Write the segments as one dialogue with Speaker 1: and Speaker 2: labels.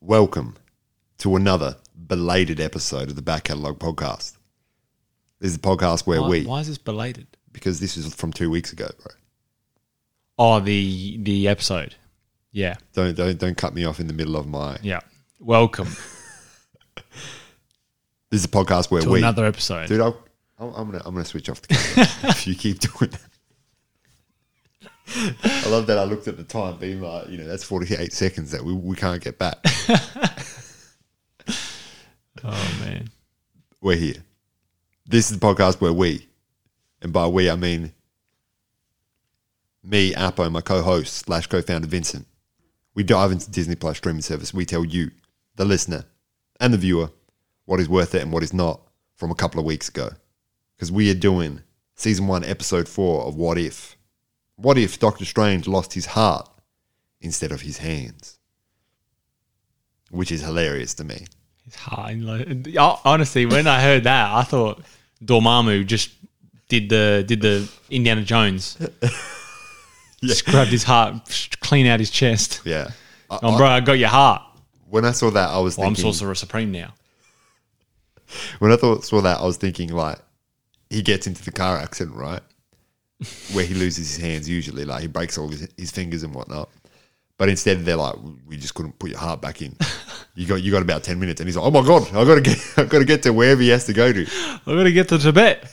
Speaker 1: Welcome to another belated episode of the Back Catalogue Podcast. This is the podcast where
Speaker 2: why,
Speaker 1: we,
Speaker 2: why is this belated?
Speaker 1: because this is from two weeks ago, bro.
Speaker 2: Oh, the the episode. Yeah,
Speaker 1: Don't don't don't cut me off in the middle of my.
Speaker 2: yeah. Welcome
Speaker 1: This is a podcast where
Speaker 2: to
Speaker 1: we,
Speaker 2: another episode.
Speaker 1: dude. I'll, I'll, I'm gonna I'm gonna switch off the camera if you keep doing that. I love that I looked at the time, being like, you know, that's 48 seconds that we, we can't get back.
Speaker 2: Oh man,
Speaker 1: we're here. This is the podcast where we, and by we I mean me, Apo, my co-host slash co-founder Vincent. We dive into Disney Plus streaming service. We tell you, the listener, and the viewer, what is worth it and what is not from a couple of weeks ago, because we are doing season one, episode four of What If. What if Doctor Strange lost his heart instead of his hands? Which is hilarious to me.
Speaker 2: his heart. In lo- Oh, Honestly, when I heard that, I thought Dormammu just did the did the Indiana Jones. Just grabbed his heart, sh- clean out his chest.
Speaker 1: Yeah. I-
Speaker 2: Oh, bro, I got your heart.
Speaker 1: when I saw that, I was
Speaker 2: Well, Oh, I'm
Speaker 1: thinking.
Speaker 2: Sorcerer Supreme now.
Speaker 1: When I thought saw that, I was thinking like, he gets into the car accident, right? Where he loses his hands usually, like he breaks all his, his fingers and whatnot. But instead, they're like, we just couldn't put your heart back in. You got you got about ten minutes, and he's like, oh my god, I gotta get, I gotta get to wherever he has to go to,
Speaker 2: I gotta get to Tibet.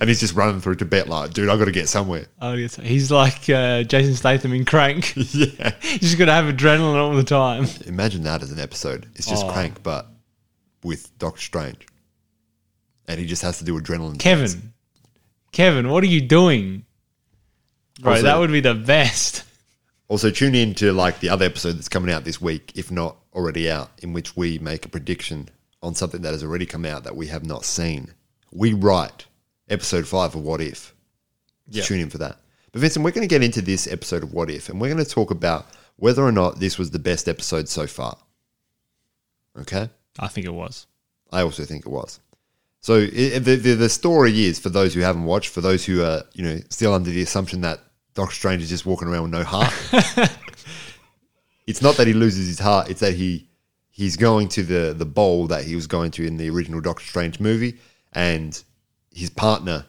Speaker 1: and he's just running through Tibet like, dude, I gotta get somewhere.
Speaker 2: I guess he's like uh, Jason Statham in Crank.
Speaker 1: Yeah,
Speaker 2: He's gotta have adrenaline all the time.
Speaker 1: imagine that as an episode. It's just
Speaker 2: Oh.
Speaker 1: crank, but with Doctor Strange, and he just has to do adrenaline.
Speaker 2: Kevin, Kevin, what are you doing? Bro,
Speaker 1: Also-
Speaker 2: that would be the best.
Speaker 1: Also, tune in to like the other episode that's coming out this week, if not already out, in which we make a prediction on something that has already come out that we have not seen. We write episode five of What If.
Speaker 2: Yeah.
Speaker 1: Tune in for that. But Vincent, we're going to get into this episode of What If, and we're going to talk about whether or not this was the best episode so far. Okay.
Speaker 2: I think it was.
Speaker 1: I also think it was. So i the, the the story is for those who haven't watched, for those who are you know still under the assumption that Doctor Strange is just walking around with no heart. it's not that he loses his heart; it's that he he's going to the the bowl that he was going to in the original Doctor Strange movie, and his partner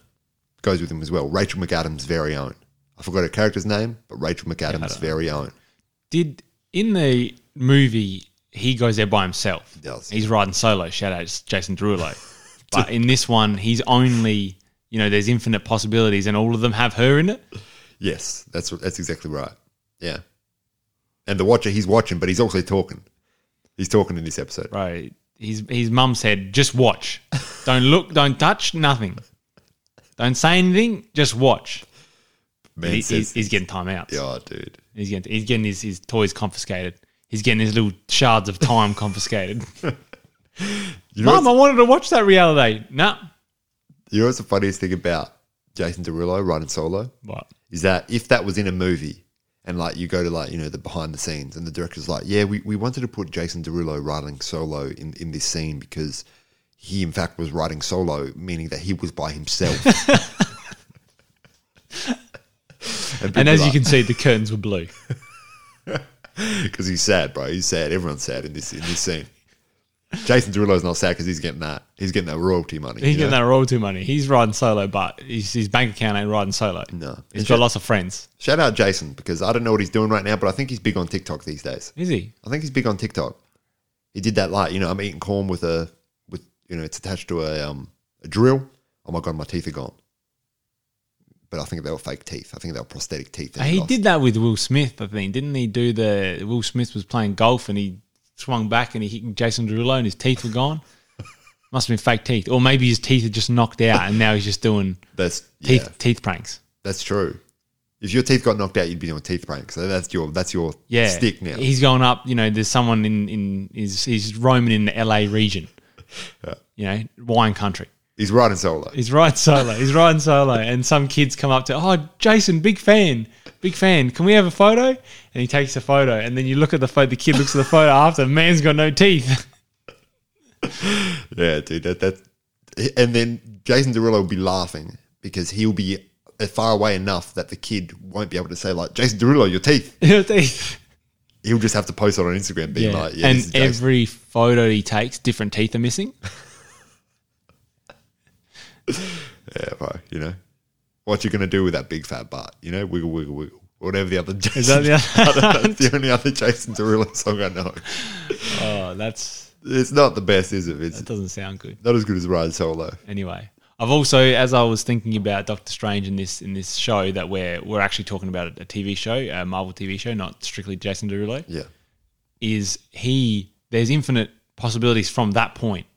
Speaker 1: goes with him as well. Rachel McAdams' very own. I forgot her character's name, but Rachel McAdams' very own.
Speaker 2: Did in the movie he goes there by himself?
Speaker 1: does.
Speaker 2: He's riding solo. Shout out to Jason Derulo. but in this one, he's only you know there's infinite possibilities, and all of them have her in it.
Speaker 1: Yes, that's that's exactly right. Yeah, and the Watcher, he's watching, but he's also talking. He's talking in this episode.
Speaker 2: Bro, his his mum said, "Just watch. Don't look. Don't touch. Nothing. Don't say anything. Just watch."
Speaker 1: Man
Speaker 2: He-
Speaker 1: says,
Speaker 2: he's, he's getting time out.
Speaker 1: "Yeah, dude,
Speaker 2: He's getting he's getting his, his toys confiscated. He's getting his little shards of time confiscated.
Speaker 1: you know,
Speaker 2: Mum,
Speaker 1: what's,
Speaker 2: I wanted to watch that reality. No.
Speaker 1: you know what's the funniest thing about Jason Derulo riding solo
Speaker 2: What?
Speaker 1: is that if that was in a movie." And like you go to like you know the behind the scenes, and the director's like, yeah, we, we wanted to put Jason Derulo riding solo in, in this scene because he in fact was riding solo, meaning that he was by himself.
Speaker 2: And as you can see, the curtains were blue.
Speaker 1: because he's sad, bro. He's sad. Everyone's sad in this in this scene. Jason Derulo's not sad because he's getting that. He's getting that royalty money.
Speaker 2: He's
Speaker 1: you
Speaker 2: getting
Speaker 1: know?
Speaker 2: that royalty money. He's riding solo, but his, his bank account ain't riding solo.
Speaker 1: No.
Speaker 2: He's got lots of friends.
Speaker 1: Shout out Jason because I don't know what he's doing right now, but I think he's big on TikTok these days.
Speaker 2: Is he?
Speaker 1: I think he's big on TikTok. He did that like you know I'm eating corn with a with you know it's attached to a um a drill. Oh my god, my teeth are gone. But I think they were fake teeth. I think they were prosthetic teeth. that
Speaker 2: He
Speaker 1: lost.
Speaker 2: did that with Will Smith, I think. Didn't he do the. Will Smith was playing golf and he swung back and he hit Jason Derulo and his teeth were gone? Must have been fake teeth. Or maybe his teeth are just knocked out and now he's just doing
Speaker 1: That's
Speaker 2: teeth
Speaker 1: yeah,
Speaker 2: teeth pranks.
Speaker 1: that's true. If your teeth got knocked out, you'd be doing teeth pranks. So that's your that's your
Speaker 2: yeah,
Speaker 1: stick now.
Speaker 2: He's going up. You know, there's someone in in is he's roaming in the LA region. You know, wine country.
Speaker 1: He's riding solo.
Speaker 2: He's riding solo. He's riding solo, and some kids come up to, oh, Jason, big fan, big fan. Can we have a photo? And he takes a photo, and then you look at the photo. The kid looks at the photo after. Man's got no teeth.
Speaker 1: Yeah, dude, that that, and then Jason Derulo will be laughing because he'll be far away enough that the kid won't be able to say like Jason Derulo, your teeth.
Speaker 2: No teeth.
Speaker 1: he'll just have to post it on Instagram being like, yeah, this is
Speaker 2: and
Speaker 1: Jason.
Speaker 2: every photo he takes, different teeth are missing.
Speaker 1: yeah, bro, you know, what you gonna do with that big fat butt? You know, wiggle, wiggle, wiggle. Whatever the other Jason,
Speaker 2: that the other-
Speaker 1: that's the only other Jason Derulo song I know.
Speaker 2: Oh, that's
Speaker 1: It's not the best, is it? It's
Speaker 2: that doesn't sound good.
Speaker 1: not as good as Ride Solo.
Speaker 2: Anyway, I've also, as I was thinking about Doctor Strange in this in this show that we're we're actually talking about a TV show, a Marvel TV show, not strictly Jason Derulo.
Speaker 1: Yeah,
Speaker 2: Is he? There's infinite possibilities from that point,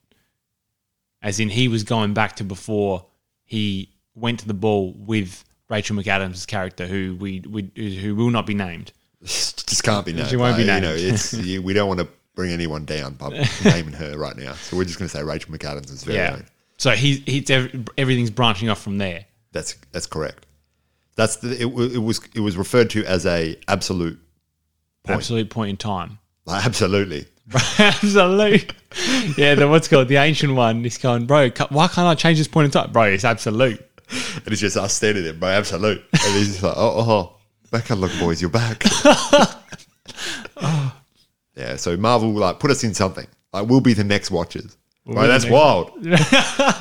Speaker 2: as in he was going back to before he went to the ball with Rachel McAdams' character, who we, we who will not be named.
Speaker 1: just can't be named.
Speaker 2: She won't be
Speaker 1: bro.
Speaker 2: named.
Speaker 1: You know, it's you, we don't want to bring anyone down by naming her right now. So we're just gonna say Rachel McAdams is very
Speaker 2: Yeah.
Speaker 1: own.
Speaker 2: So he, he's ev- everything's branching off from there.
Speaker 1: That's that's correct. That's the, it, wa- it was it was referred to as a absolute.
Speaker 2: Absolute point in time.
Speaker 1: Like, absolutely,
Speaker 2: absolute. Yeah, the what's called the ancient one. He's going, bro. ca- Why can't I change this point in time, bro? It's absolute.
Speaker 1: and it's just us standing there, bro. Absolute, and he's just like, oh, oh, back up, look, boys, you're back. yeah, so Marvel like put us in something. Like we'll be the next watchers.
Speaker 2: be
Speaker 1: Right,
Speaker 2: the
Speaker 1: that's
Speaker 2: next-
Speaker 1: wild.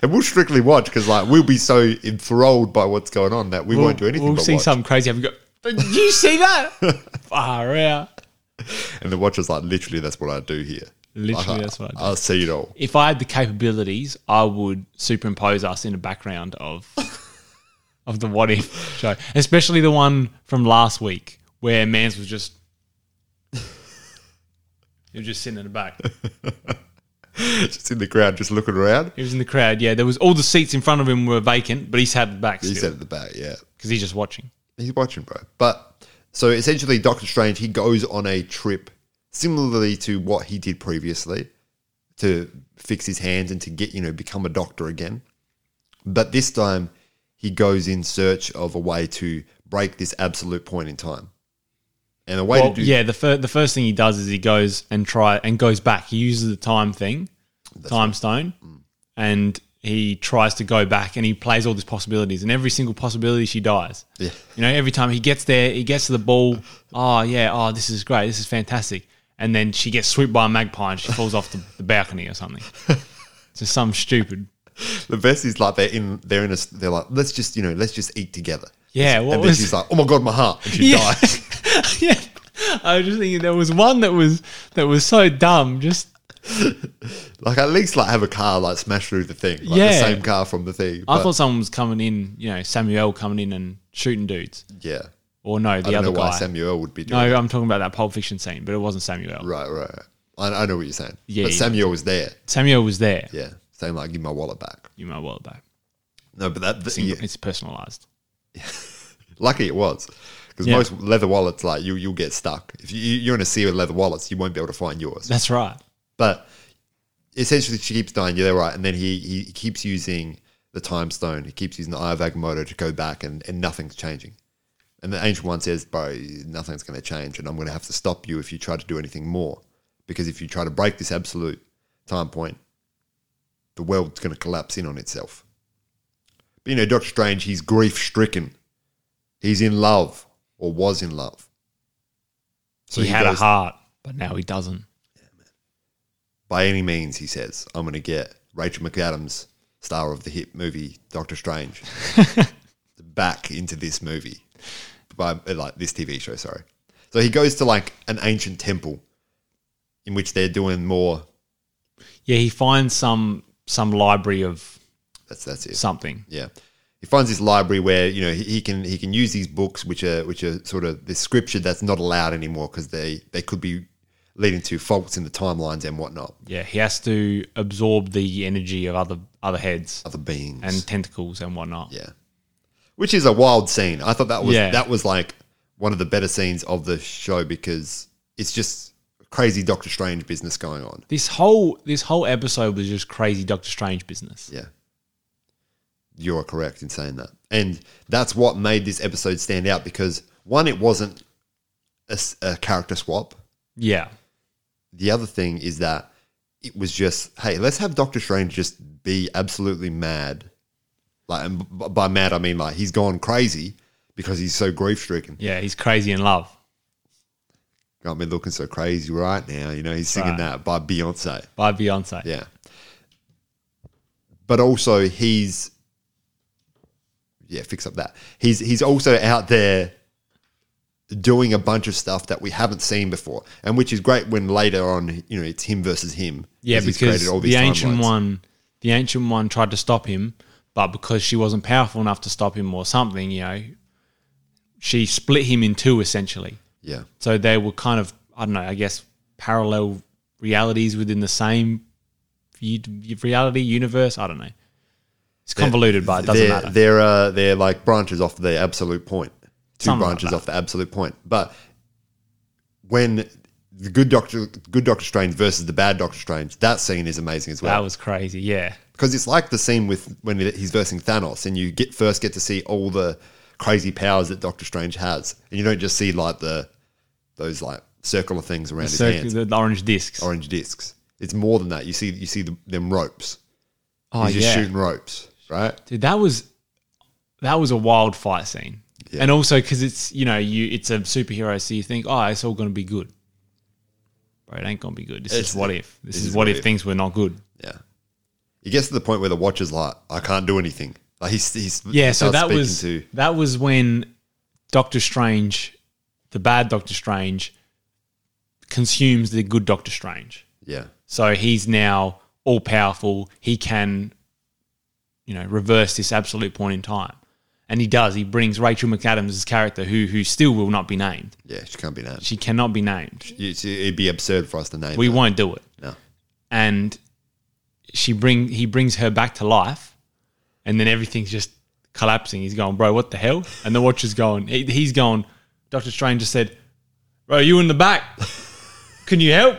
Speaker 1: and we'll strictly watch because like we'll be so enthralled by what's going on that we won't do anything.
Speaker 2: We'll
Speaker 1: but
Speaker 2: see
Speaker 1: watch.
Speaker 2: something crazy. Have go, Did you see that? Far out.
Speaker 1: And the watcher's like, literally, that's what I do here.
Speaker 2: Literally,
Speaker 1: Like,
Speaker 2: that's what I do.
Speaker 1: I'll see it all.
Speaker 2: If I had the capabilities, I would superimpose us in a background of of the what if show, especially the one from last week where Mans was just he was just sitting in the back.
Speaker 1: just in the crowd, just looking around.
Speaker 2: He was in the crowd. Yeah, there was all the seats in front of him were vacant, but he sat at the back
Speaker 1: He
Speaker 2: because
Speaker 1: said at the back, yeah.
Speaker 2: he's just watching.
Speaker 1: He's watching, bro. But so essentially, Doctor Strange, he goes on a trip similarly to what he did previously to fix his hands and to get, you know, become a doctor again. But this time, he goes in search of a way to break this absolute point in time. And the way
Speaker 2: Well,
Speaker 1: to do
Speaker 2: yeah, the fir- the first thing he does is he goes and try and goes back. He uses the time thing, time stone,
Speaker 1: Mm.
Speaker 2: and he tries to go back and he plays all these possibilities. And every single possibility, she dies.
Speaker 1: Yeah.
Speaker 2: You know, every time he gets there, he gets to the ball. Oh yeah, oh this is great, this is fantastic. And then she gets swooped by a magpie and she falls off the, the balcony or something. So some stupid.
Speaker 1: The best is like they're in they're in a they're like let's just you know let's just eat together.
Speaker 2: Yeah, what
Speaker 1: and then
Speaker 2: was-
Speaker 1: she's like, oh my god, my heart, and she
Speaker 2: Yeah.
Speaker 1: dies.
Speaker 2: yeah, I was just thinking there was one that was that was so dumb. Just
Speaker 1: Like at least like have a car like smash through the thing, like
Speaker 2: Yeah.
Speaker 1: the same car from the thing.
Speaker 2: I
Speaker 1: But,
Speaker 2: thought someone was coming in, you know, Samuel coming in and shooting dudes.
Speaker 1: yeah,
Speaker 2: Or no,
Speaker 1: I
Speaker 2: the
Speaker 1: don't
Speaker 2: other
Speaker 1: know why
Speaker 2: guy.
Speaker 1: Samuel would be
Speaker 2: no,
Speaker 1: doing.
Speaker 2: I'm talking about that Pulp Fiction scene, but it wasn't Samuel.
Speaker 1: Right, right, right. I, I know what you're saying.
Speaker 2: Yeah,
Speaker 1: but
Speaker 2: yeah.
Speaker 1: Samuel was there.
Speaker 2: Samuel was there.
Speaker 1: Yeah, saying like, give my wallet back.
Speaker 2: You might well back.
Speaker 1: No, but that
Speaker 2: Single-
Speaker 1: yeah,
Speaker 2: It's personalized.
Speaker 1: lucky it was because
Speaker 2: Yeah.
Speaker 1: most leather wallets like you you'll get stuck if you, you're in a sea of leather wallets, you won't be able to find yours.
Speaker 2: That's right.
Speaker 1: But essentially, she keeps dying. Yeah, they're right. And then he he keeps using the time stone. He keeps using the Eye of Agamotto to go back, and, and nothing's changing. And the ancient one says, "Bro, nothing's going to change, and I'm going to have to stop you if you try to do anything more, because if you try to break this absolute time point, the world's going to collapse in on itself." But you know, Doctor Strange, he's grief stricken. He's in love, or was in love.
Speaker 2: he, had
Speaker 1: goes-
Speaker 2: a heart, but now he doesn't.
Speaker 1: by any means, he says, I'm going to get Rachel McAdams, star of the hit movie Doctor Strange, back into this movie, by like this TV show. Sorry. So he goes to like an ancient temple, in which they're doing more.
Speaker 2: Yeah, he finds some some library of
Speaker 1: That's that's it.
Speaker 2: something.
Speaker 1: Yeah. He finds this library where you know he, he can he can use these books, which are which are sort of the scripture that's not allowed anymore because they they could be leading to faults in the timelines and whatnot.
Speaker 2: Yeah, he has to absorb the energy of other other heads
Speaker 1: Other beings
Speaker 2: and tentacles and whatnot.
Speaker 1: Yeah. Which is a wild scene. I thought that was
Speaker 2: Yeah.
Speaker 1: that was like one of the better scenes of the show because it's just crazy Doctor Strange business going on.
Speaker 2: This whole this whole episode was just crazy Doctor Strange business.
Speaker 1: Yeah. You're correct in saying that. And that's what made this episode stand out because one, it wasn't a, s- a character swap.
Speaker 2: Yeah.
Speaker 1: The other thing is that it was just, hey, let's have Doctor Strange just be absolutely mad. Like, and b- by mad, I mean like he's gone crazy because he's so grief stricken.
Speaker 2: Yeah, he's crazy in love.
Speaker 1: Got me looking so crazy right now. You know, he's singing
Speaker 2: Right.
Speaker 1: that by Beyonce.
Speaker 2: by Beyonce.
Speaker 1: Yeah. But also he's yeah, fix up that. He's he's also out there doing a bunch of stuff that we haven't seen before, and which is great when later on, you know, it's him versus him.
Speaker 2: Yeah,
Speaker 1: he's
Speaker 2: because
Speaker 1: created all these
Speaker 2: the ancient
Speaker 1: timelines.
Speaker 2: one, the ancient one tried to stop him, but because she wasn't powerful enough to stop him or something, you know, she split him in two essentially.
Speaker 1: Yeah,
Speaker 2: So they were kind of, I don't know, I guess parallel realities within the same u- reality universe. I don't know. It's convoluted, but it doesn't
Speaker 1: they're,
Speaker 2: matter.
Speaker 1: They're uh, they're like branches off the absolute point. Two
Speaker 2: Something like
Speaker 1: branches off the absolute point. But when the good doctor, good Doctor Strange versus the bad Doctor Strange, that scene is amazing as well.
Speaker 2: That was crazy. Yeah.
Speaker 1: because it's like the scene with when he's versing Thanos, and you get first get to see all the crazy powers that Doctor Strange has, and you don't just see like the those like circular things around his
Speaker 2: Circ-
Speaker 1: hands,
Speaker 2: the, the orange discs.
Speaker 1: orange discs. It's more than that. You see, you see the, them ropes.
Speaker 2: oh,
Speaker 1: he's just
Speaker 2: yeah.
Speaker 1: shooting ropes, right?
Speaker 2: Dude, that was that was a wild fight scene, and also because it's you know you it's a superhero, so you think oh it's all gonna be good, bro. It ain't gonna be good. This
Speaker 1: It's-
Speaker 2: is what if. This,
Speaker 1: this
Speaker 2: is,
Speaker 1: is
Speaker 2: what
Speaker 1: what
Speaker 2: if
Speaker 1: if.
Speaker 2: things were not good.
Speaker 1: Yeah. It gets to the point where the Watcher's like, I can't do anything. Like he's, he's
Speaker 2: Yeah,
Speaker 1: he
Speaker 2: so
Speaker 1: starts
Speaker 2: that
Speaker 1: speaking
Speaker 2: was
Speaker 1: to-
Speaker 2: that was when Doctor Strange, the bad Doctor Strange, consumes the good Doctor Strange.
Speaker 1: yeah,
Speaker 2: So he's now all powerful. He can, you know, reverse this absolute point in time. And he does. He brings Rachel McAdams' character, who who still will not be named.
Speaker 1: yeah. She can't be named.
Speaker 2: She cannot be named.
Speaker 1: It's- It'd be absurd for us to name.
Speaker 2: We
Speaker 1: her.
Speaker 2: won't do it.
Speaker 1: No.
Speaker 2: And she bring he brings her back to life, and then everything's just collapsing. He's going, bro, what the hell? And the Watcher's going, he, he's going. Doctor Strange just said, bro, you in the back? Can you help?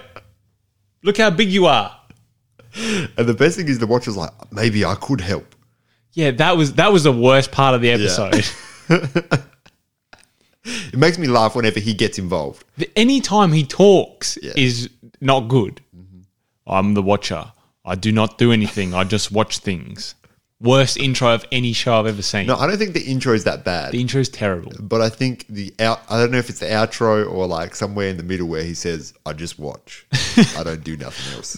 Speaker 2: Look how big you are.
Speaker 1: And the best thing is the Watcher's like, maybe I could help.
Speaker 2: Yeah, that was that was the worst part of the episode.
Speaker 1: It makes me laugh whenever he gets involved.
Speaker 2: The- Any time he talks is not good. Mm-hmm. I'm the watcher. I do not do anything. I just watch things. Worst intro of any show I've ever seen.
Speaker 1: No, I don't think the intro is that bad,
Speaker 2: The intro is terrible.
Speaker 1: but I think the out, I don't know if it's the outro or like somewhere in the middle where he says, "I just watch, I don't do nothing else."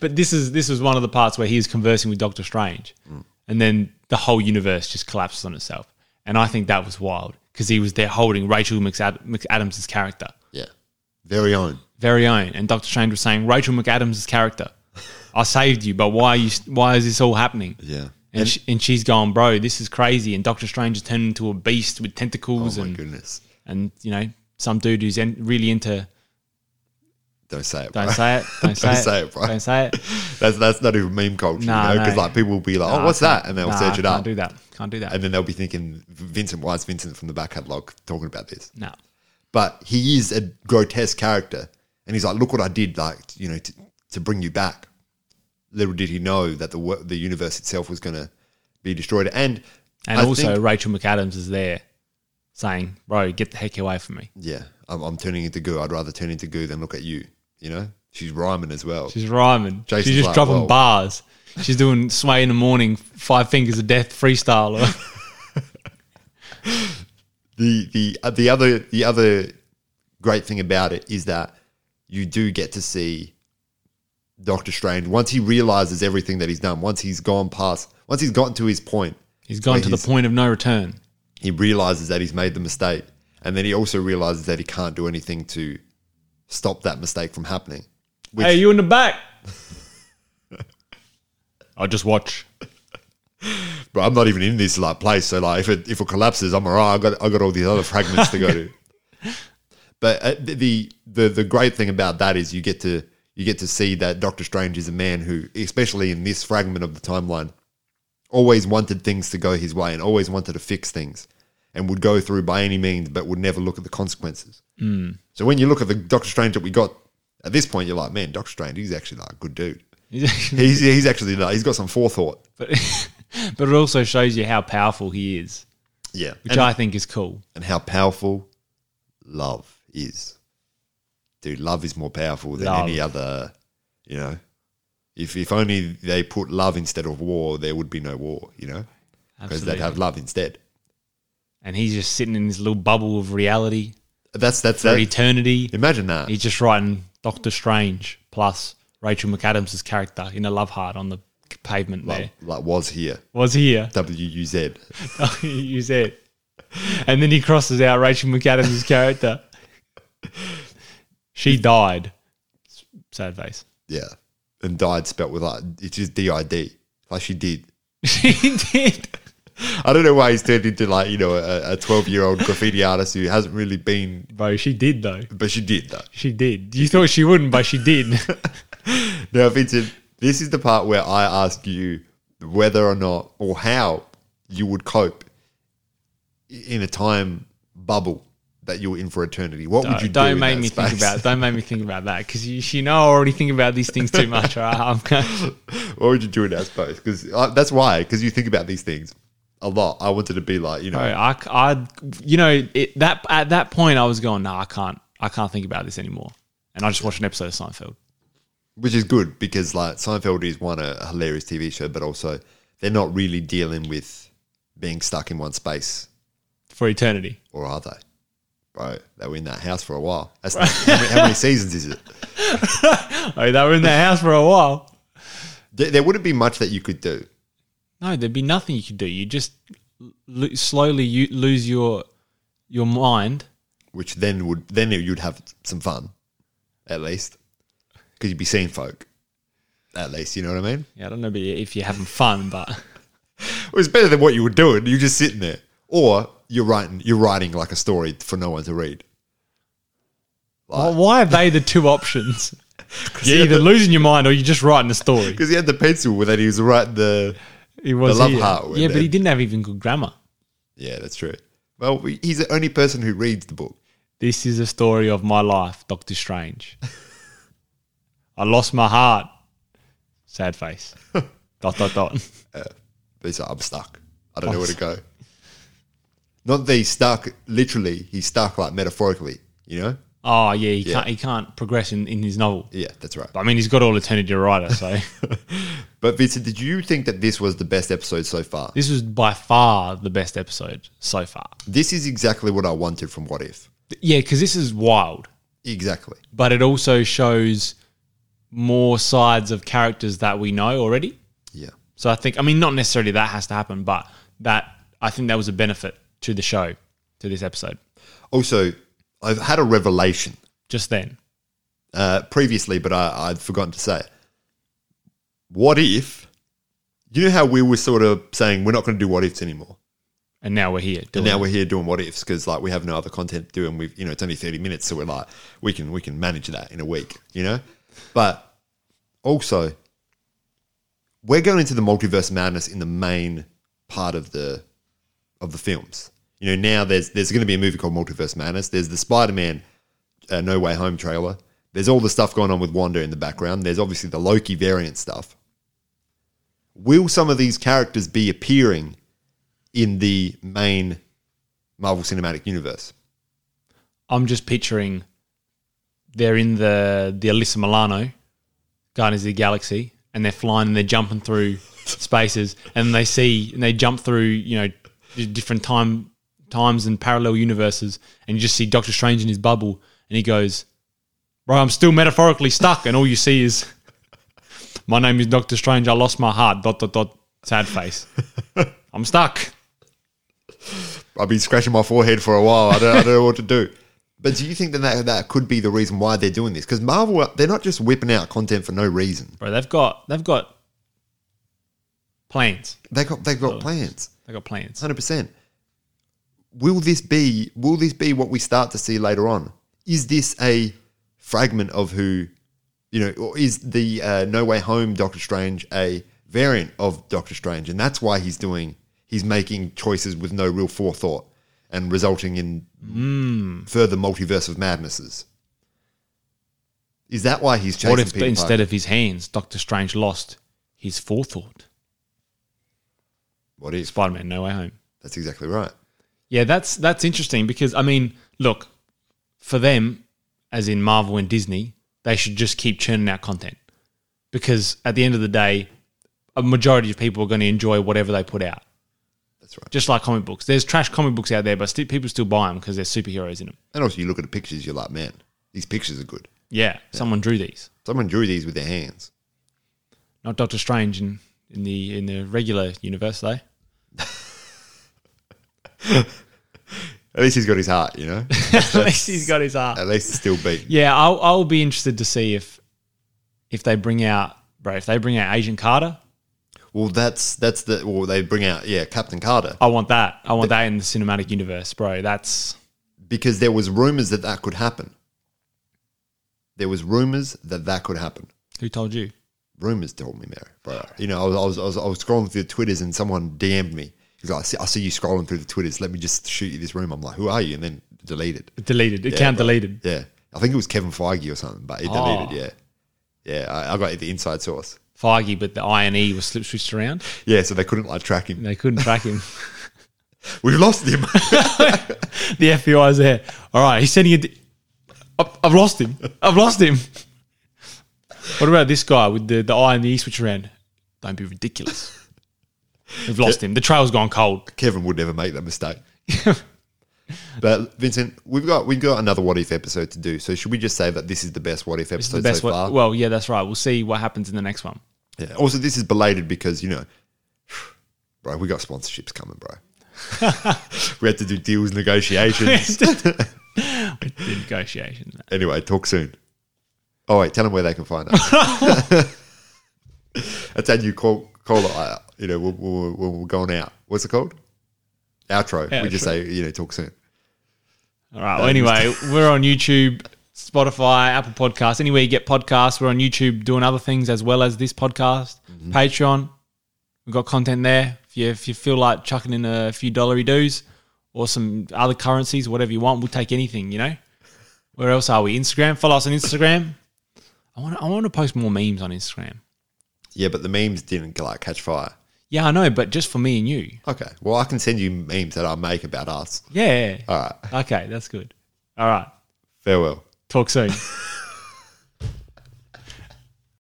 Speaker 2: but this is this was one of the parts where he is conversing with Doctor Strange, and then the whole universe just collapses on itself. And I think that was wild because he was there holding Rachel McAd- McAdams' character.
Speaker 1: Yeah, very own.
Speaker 2: very own. And Doctor Strange was saying, Rachel McAdams' character, I saved you, but why are you? Why is this all happening?
Speaker 1: Yeah,
Speaker 2: And, she, and she's going, bro, this is crazy. And Doctor Strange has turned into a beast with tentacles
Speaker 1: oh my
Speaker 2: and,
Speaker 1: goodness,
Speaker 2: and, you know, some dude who's en- really into,
Speaker 1: don't say it.
Speaker 2: don't
Speaker 1: bro.
Speaker 2: say it, don't say,
Speaker 1: Don't
Speaker 2: it,
Speaker 1: say it, bro.
Speaker 2: Don't say it.
Speaker 1: That's that's not even meme culture,
Speaker 2: Nah,
Speaker 1: you know, because
Speaker 2: no.
Speaker 1: like people will be like, "Oh, what's that?" and they'll
Speaker 2: Nah,
Speaker 1: search it
Speaker 2: can't
Speaker 1: up,
Speaker 2: do that. Can't do that.
Speaker 1: and then they'll be thinking, "Vincent, why is Vincent from the back catalog talking about this?"
Speaker 2: No.
Speaker 1: but he is a grotesque character. And he's like, look what I did, like, you know, to, to bring you back. Little did he know that the wo- the universe itself was going to be destroyed. And,
Speaker 2: And
Speaker 1: I
Speaker 2: also,
Speaker 1: think-
Speaker 2: Rachel McAdams is there saying, bro, get the heck away from me.
Speaker 1: yeah, I'm, I'm turning into goo. I'd rather turn into goo than look at you, you know? She's rhyming as well.
Speaker 2: She's rhyming.
Speaker 1: Jason's
Speaker 2: She's just
Speaker 1: like,
Speaker 2: dropping
Speaker 1: "Whoa."
Speaker 2: bars. She's doing sway in the morning, five fingers of death freestyle. Or
Speaker 1: the the uh, the other the other great thing about it is that you do get to see Doctor Strange once he realizes everything that he's done, once he's gone past, once he's gotten to his point,
Speaker 2: He's gone
Speaker 1: Where
Speaker 2: to the
Speaker 1: he's-
Speaker 2: point of no return.
Speaker 1: he realizes that he's made the mistake and then he also realizes that he can't do anything to stop that mistake from happening which
Speaker 2: Hey, you in the back? I'll just watch.
Speaker 1: bro, i'm not even in this like place so like if it if it collapses i'm all right i got i got all these other fragments to go to but uh, the- the the the great thing about that is you get to you get to see that doctor strange is a man who especially in this fragment of the timeline always wanted things to go his way and always wanted to fix things and would go through by any means but would never look at the consequences So when you look at the Doctor Strange that we got at this point, you're like, man, Doctor Strange, he's actually like a good dude.
Speaker 2: but
Speaker 1: He's he's actually like, he's got some forethought.
Speaker 2: but it also shows you how powerful he is,
Speaker 1: Yeah,
Speaker 2: which
Speaker 1: and,
Speaker 2: I think is cool.
Speaker 1: and how powerful love is, dude. Love is more powerful than
Speaker 2: Love.
Speaker 1: any other. You know, if if only they put love instead of war, there would be no war. You know, because
Speaker 2: Absolutely.
Speaker 1: they'd have love instead.
Speaker 2: and he's just sitting in this little bubble of reality.
Speaker 1: That's that's
Speaker 2: for
Speaker 1: that.
Speaker 2: eternity.
Speaker 1: Imagine that.
Speaker 2: He's just writing Doctor Strange plus Rachel McAdams' character in a love heart on the pavement there.
Speaker 1: Like, like was here.
Speaker 2: Was here.
Speaker 1: W U Z.
Speaker 2: you said. And then he crosses out Rachel McAdams' character. She died. Sad face.
Speaker 1: Yeah. And died spelt with like it's just D I D. Like she did.
Speaker 2: She did.
Speaker 1: I don't know why he's turned into like, you know, a twelve year old graffiti artist who hasn't really been
Speaker 2: Bro, she did though.
Speaker 1: but she did though.
Speaker 2: She did. You thought she wouldn't, but she did.
Speaker 1: Now, Vincent, this is the part where I ask you whether or not or how you would cope in a time bubble that you were in for eternity. What would you
Speaker 2: don't
Speaker 1: do? in
Speaker 2: make
Speaker 1: that
Speaker 2: me
Speaker 1: space?
Speaker 2: think about. Don't make me think about that because you, you know I already think about these things too much. All right, I'm going
Speaker 1: What would you do in that space? Because that's why, because you think about these things a lot. I wanted to be like, you know,
Speaker 2: Bro, I, c- I- you know, it, that at that point I was going, no, I can't, I can't think about this anymore. And I just watched an episode of Seinfeld.
Speaker 1: which is good because like Seinfeld is one a hilarious TV show, but also they're not really dealing with being stuck in one space,
Speaker 2: for eternity.
Speaker 1: or are they? Bro, they were in that house for a while. That's how, many, how many seasons is it?
Speaker 2: Oh, they were in that house for a while.
Speaker 1: There, there wouldn't be much that you could do.
Speaker 2: No, there'd be nothing you could do. You just lo- slowly you lose your your mind.
Speaker 1: which then would then you'd have some fun, at least, because you'd be seeing folk. At least, you know what I mean.
Speaker 2: Yeah, I don't know if you're having fun, but
Speaker 1: It was better than what you were doing. You're just sitting there, or you're writing you're writing like a story for no one to read.
Speaker 2: Well, why are they the two options?
Speaker 1: you
Speaker 2: You're either losing your mind or you're just writing a story.
Speaker 1: Because he had the pencil with that he was writing the.
Speaker 2: It was
Speaker 1: The love
Speaker 2: here.
Speaker 1: heart with
Speaker 2: Yeah, but
Speaker 1: it.
Speaker 2: he didn't have even good grammar.
Speaker 1: Yeah, that's true. Well, we- he's the only person who reads the book.
Speaker 2: This is a story of my life, Doctor Strange. I lost my heart. Sad face. dot dot dot.
Speaker 1: But he's like, I'm stuck. I don't know where to go. Not that he's stuck. Literally, he's stuck like metaphorically. You know?
Speaker 2: Oh yeah, he can't he can't progress in, in his novel.
Speaker 1: Yeah, that's right.
Speaker 2: But, I mean, he's got all eternity to write it, so
Speaker 1: But Vincent, did you think that this was the best episode so far?
Speaker 2: this was by far the best episode so far.
Speaker 1: This is exactly what I wanted from What If.
Speaker 2: Yeah, because this is wild,
Speaker 1: Exactly.
Speaker 2: but it also shows more sides of characters that we know already.
Speaker 1: Yeah.
Speaker 2: So I think, I mean, not necessarily that has to happen, but that I think that was a benefit to the show, to this episode.
Speaker 1: Also, I've had a revelation
Speaker 2: Just then,
Speaker 1: uh, previously, but I, I'd forgotten to say it. What if, you know how we were sort of saying we're not going to do what ifs anymore?
Speaker 2: and now we're here.
Speaker 1: And
Speaker 2: Doing
Speaker 1: now we're here doing what ifs because like we have no other content to do and we've, you know, it's only 30 minutes. So we're like, we can, we can manage that in a week, you know? But also, we're going into the multiverse madness in the main part of the of the films. You know, now there's there's going to be a movie called Multiverse Madness. There's the Spider-Man uh, No Way Home trailer. There's all the stuff going on with Wanda in the background. There's obviously the Loki variant stuff. Will some of these characters be appearing in the main Marvel Cinematic Universe?
Speaker 2: I'm just picturing they're in the the Alyssa Milano, Guardians of the Galaxy, and they're flying and they're jumping through spaces, and they see and they jump through you know d- different time times and parallel universes, and you just see Doctor Strange in his bubble, and he goes, "Bro, I'm still metaphorically stuck," and all you see is, "My name is Doctor Strange. I lost my heart." Dot dot dot. Sad face. I'm stuck.
Speaker 1: I've been scratching my forehead for a while. I don't, I don't know what to do. But do you think that, that that could be the reason why they're doing this? Because Marvel, they're not just whipping out content for no reason.
Speaker 2: Bro, they've got they've got plans.
Speaker 1: They got they've got plans.
Speaker 2: They've got plans.
Speaker 1: hundred percent. Will this be? Will this be what we start to see later on? Is this a fragment of who, you know, or is the uh, No Way Home Doctor Strange a variant of Doctor Strange, and that's why he's doing he's making choices with no real forethought and resulting in
Speaker 2: Hmm.
Speaker 1: further multiverse of madnesses. Is that why he's chasing
Speaker 2: What if
Speaker 1: Peter
Speaker 2: instead
Speaker 1: Parker?
Speaker 2: of his hands, Doctor Strange lost his forethought?
Speaker 1: What if?
Speaker 2: Spider Man No Way Home.
Speaker 1: That's exactly right.
Speaker 2: Yeah, that's that's interesting because I mean, look, for them, as in Marvel and Disney, they should just keep churning out content. Because at the end of the day, a majority of people are going to enjoy whatever they put out.
Speaker 1: That's That's right.
Speaker 2: Just like comic books, there's trash comic books out there, but sti people still buy them because there's superheroes in them.
Speaker 1: And also, you look at the pictures, you're like, man, these pictures are good.
Speaker 2: Yeah, someone drew these,
Speaker 1: Someone drew these with their hands.
Speaker 2: not Doctor Strange in, in the in the regular universe though.
Speaker 1: At least he's got his heart, you know?
Speaker 2: At least he's got his art.
Speaker 1: At least it's still beating.
Speaker 2: Yeah, I'll, I'll be interested to see if if they bring out bro if they bring out Agent Carter.
Speaker 1: Well, that's that's the well they bring out yeah Captain Carter
Speaker 2: I want that. I want that in the cinematic universe, bro. That's
Speaker 1: because there was rumors that that could happen. There was rumors that that could happen.
Speaker 2: who told you.
Speaker 1: Rumors told me, Mary, bro. You know, I was, I was I was I was scrolling through the twitters and someone DM'd me. He's like, I see, I see you scrolling through the twitters. Let me just shoot you this room. I'm like, who are you? And then deleted.
Speaker 2: Deleted account.
Speaker 1: bro.
Speaker 2: Deleted.
Speaker 1: Yeah, I think it was Kevin Feige or something, but it
Speaker 2: Oh.
Speaker 1: deleted. Yeah, yeah. I, I got the inside source.
Speaker 2: Feige, but the I and E was slip switched around.
Speaker 1: Yeah, so they couldn't like track him.
Speaker 2: They couldn't track him.
Speaker 1: We've lost him.
Speaker 2: the FBI's there. All right, he's sending it. I've I've lost him. I've lost him. What about this guy with the, the I and the E switch around? Don't be ridiculous. We've lost him. The trail's gone cold.
Speaker 1: Kevin would never make that mistake. but Vincent, we've got we've got another what if episode to do. So should we just say that this is the best what if
Speaker 2: It's the
Speaker 1: episode
Speaker 2: best
Speaker 1: so
Speaker 2: one.
Speaker 1: far?
Speaker 2: Well, yeah, that's right. We'll see what happens in the next one.
Speaker 1: yeah. Also, this is belated because you know, bro, we got sponsorships coming, bro. we had to do deals, negotiations.
Speaker 2: The negotiation.
Speaker 1: anyway, talk soon. Oh wait, tell them where they can find us. That's our new call. Call it, uh, you know, we're, we're, we're we're going out. What's it called? Outro. We just
Speaker 2: Outro.
Speaker 1: say, you know, talk soon.
Speaker 2: All right. Well, anyway, we're on YouTube, Spotify, Apple Podcasts, anywhere you get podcasts. We're on YouTube doing other things as well as this podcast. Patreon, we've got content there. If you, if you feel like chucking in a few dollary doos or some other currencies, whatever you want, we'll take anything, you know? Where else are we? Instagram. Follow us on Instagram. I want, I want to post more memes on Instagram.
Speaker 1: Yeah, but the memes didn't like catch fire.
Speaker 2: Yeah, I know, but just for me and you.
Speaker 1: Okay. Well, I can send you memes that I make about us.
Speaker 2: Yeah.
Speaker 1: All right.
Speaker 2: Okay, that's good. All right.
Speaker 1: Farewell.
Speaker 2: Talk soon.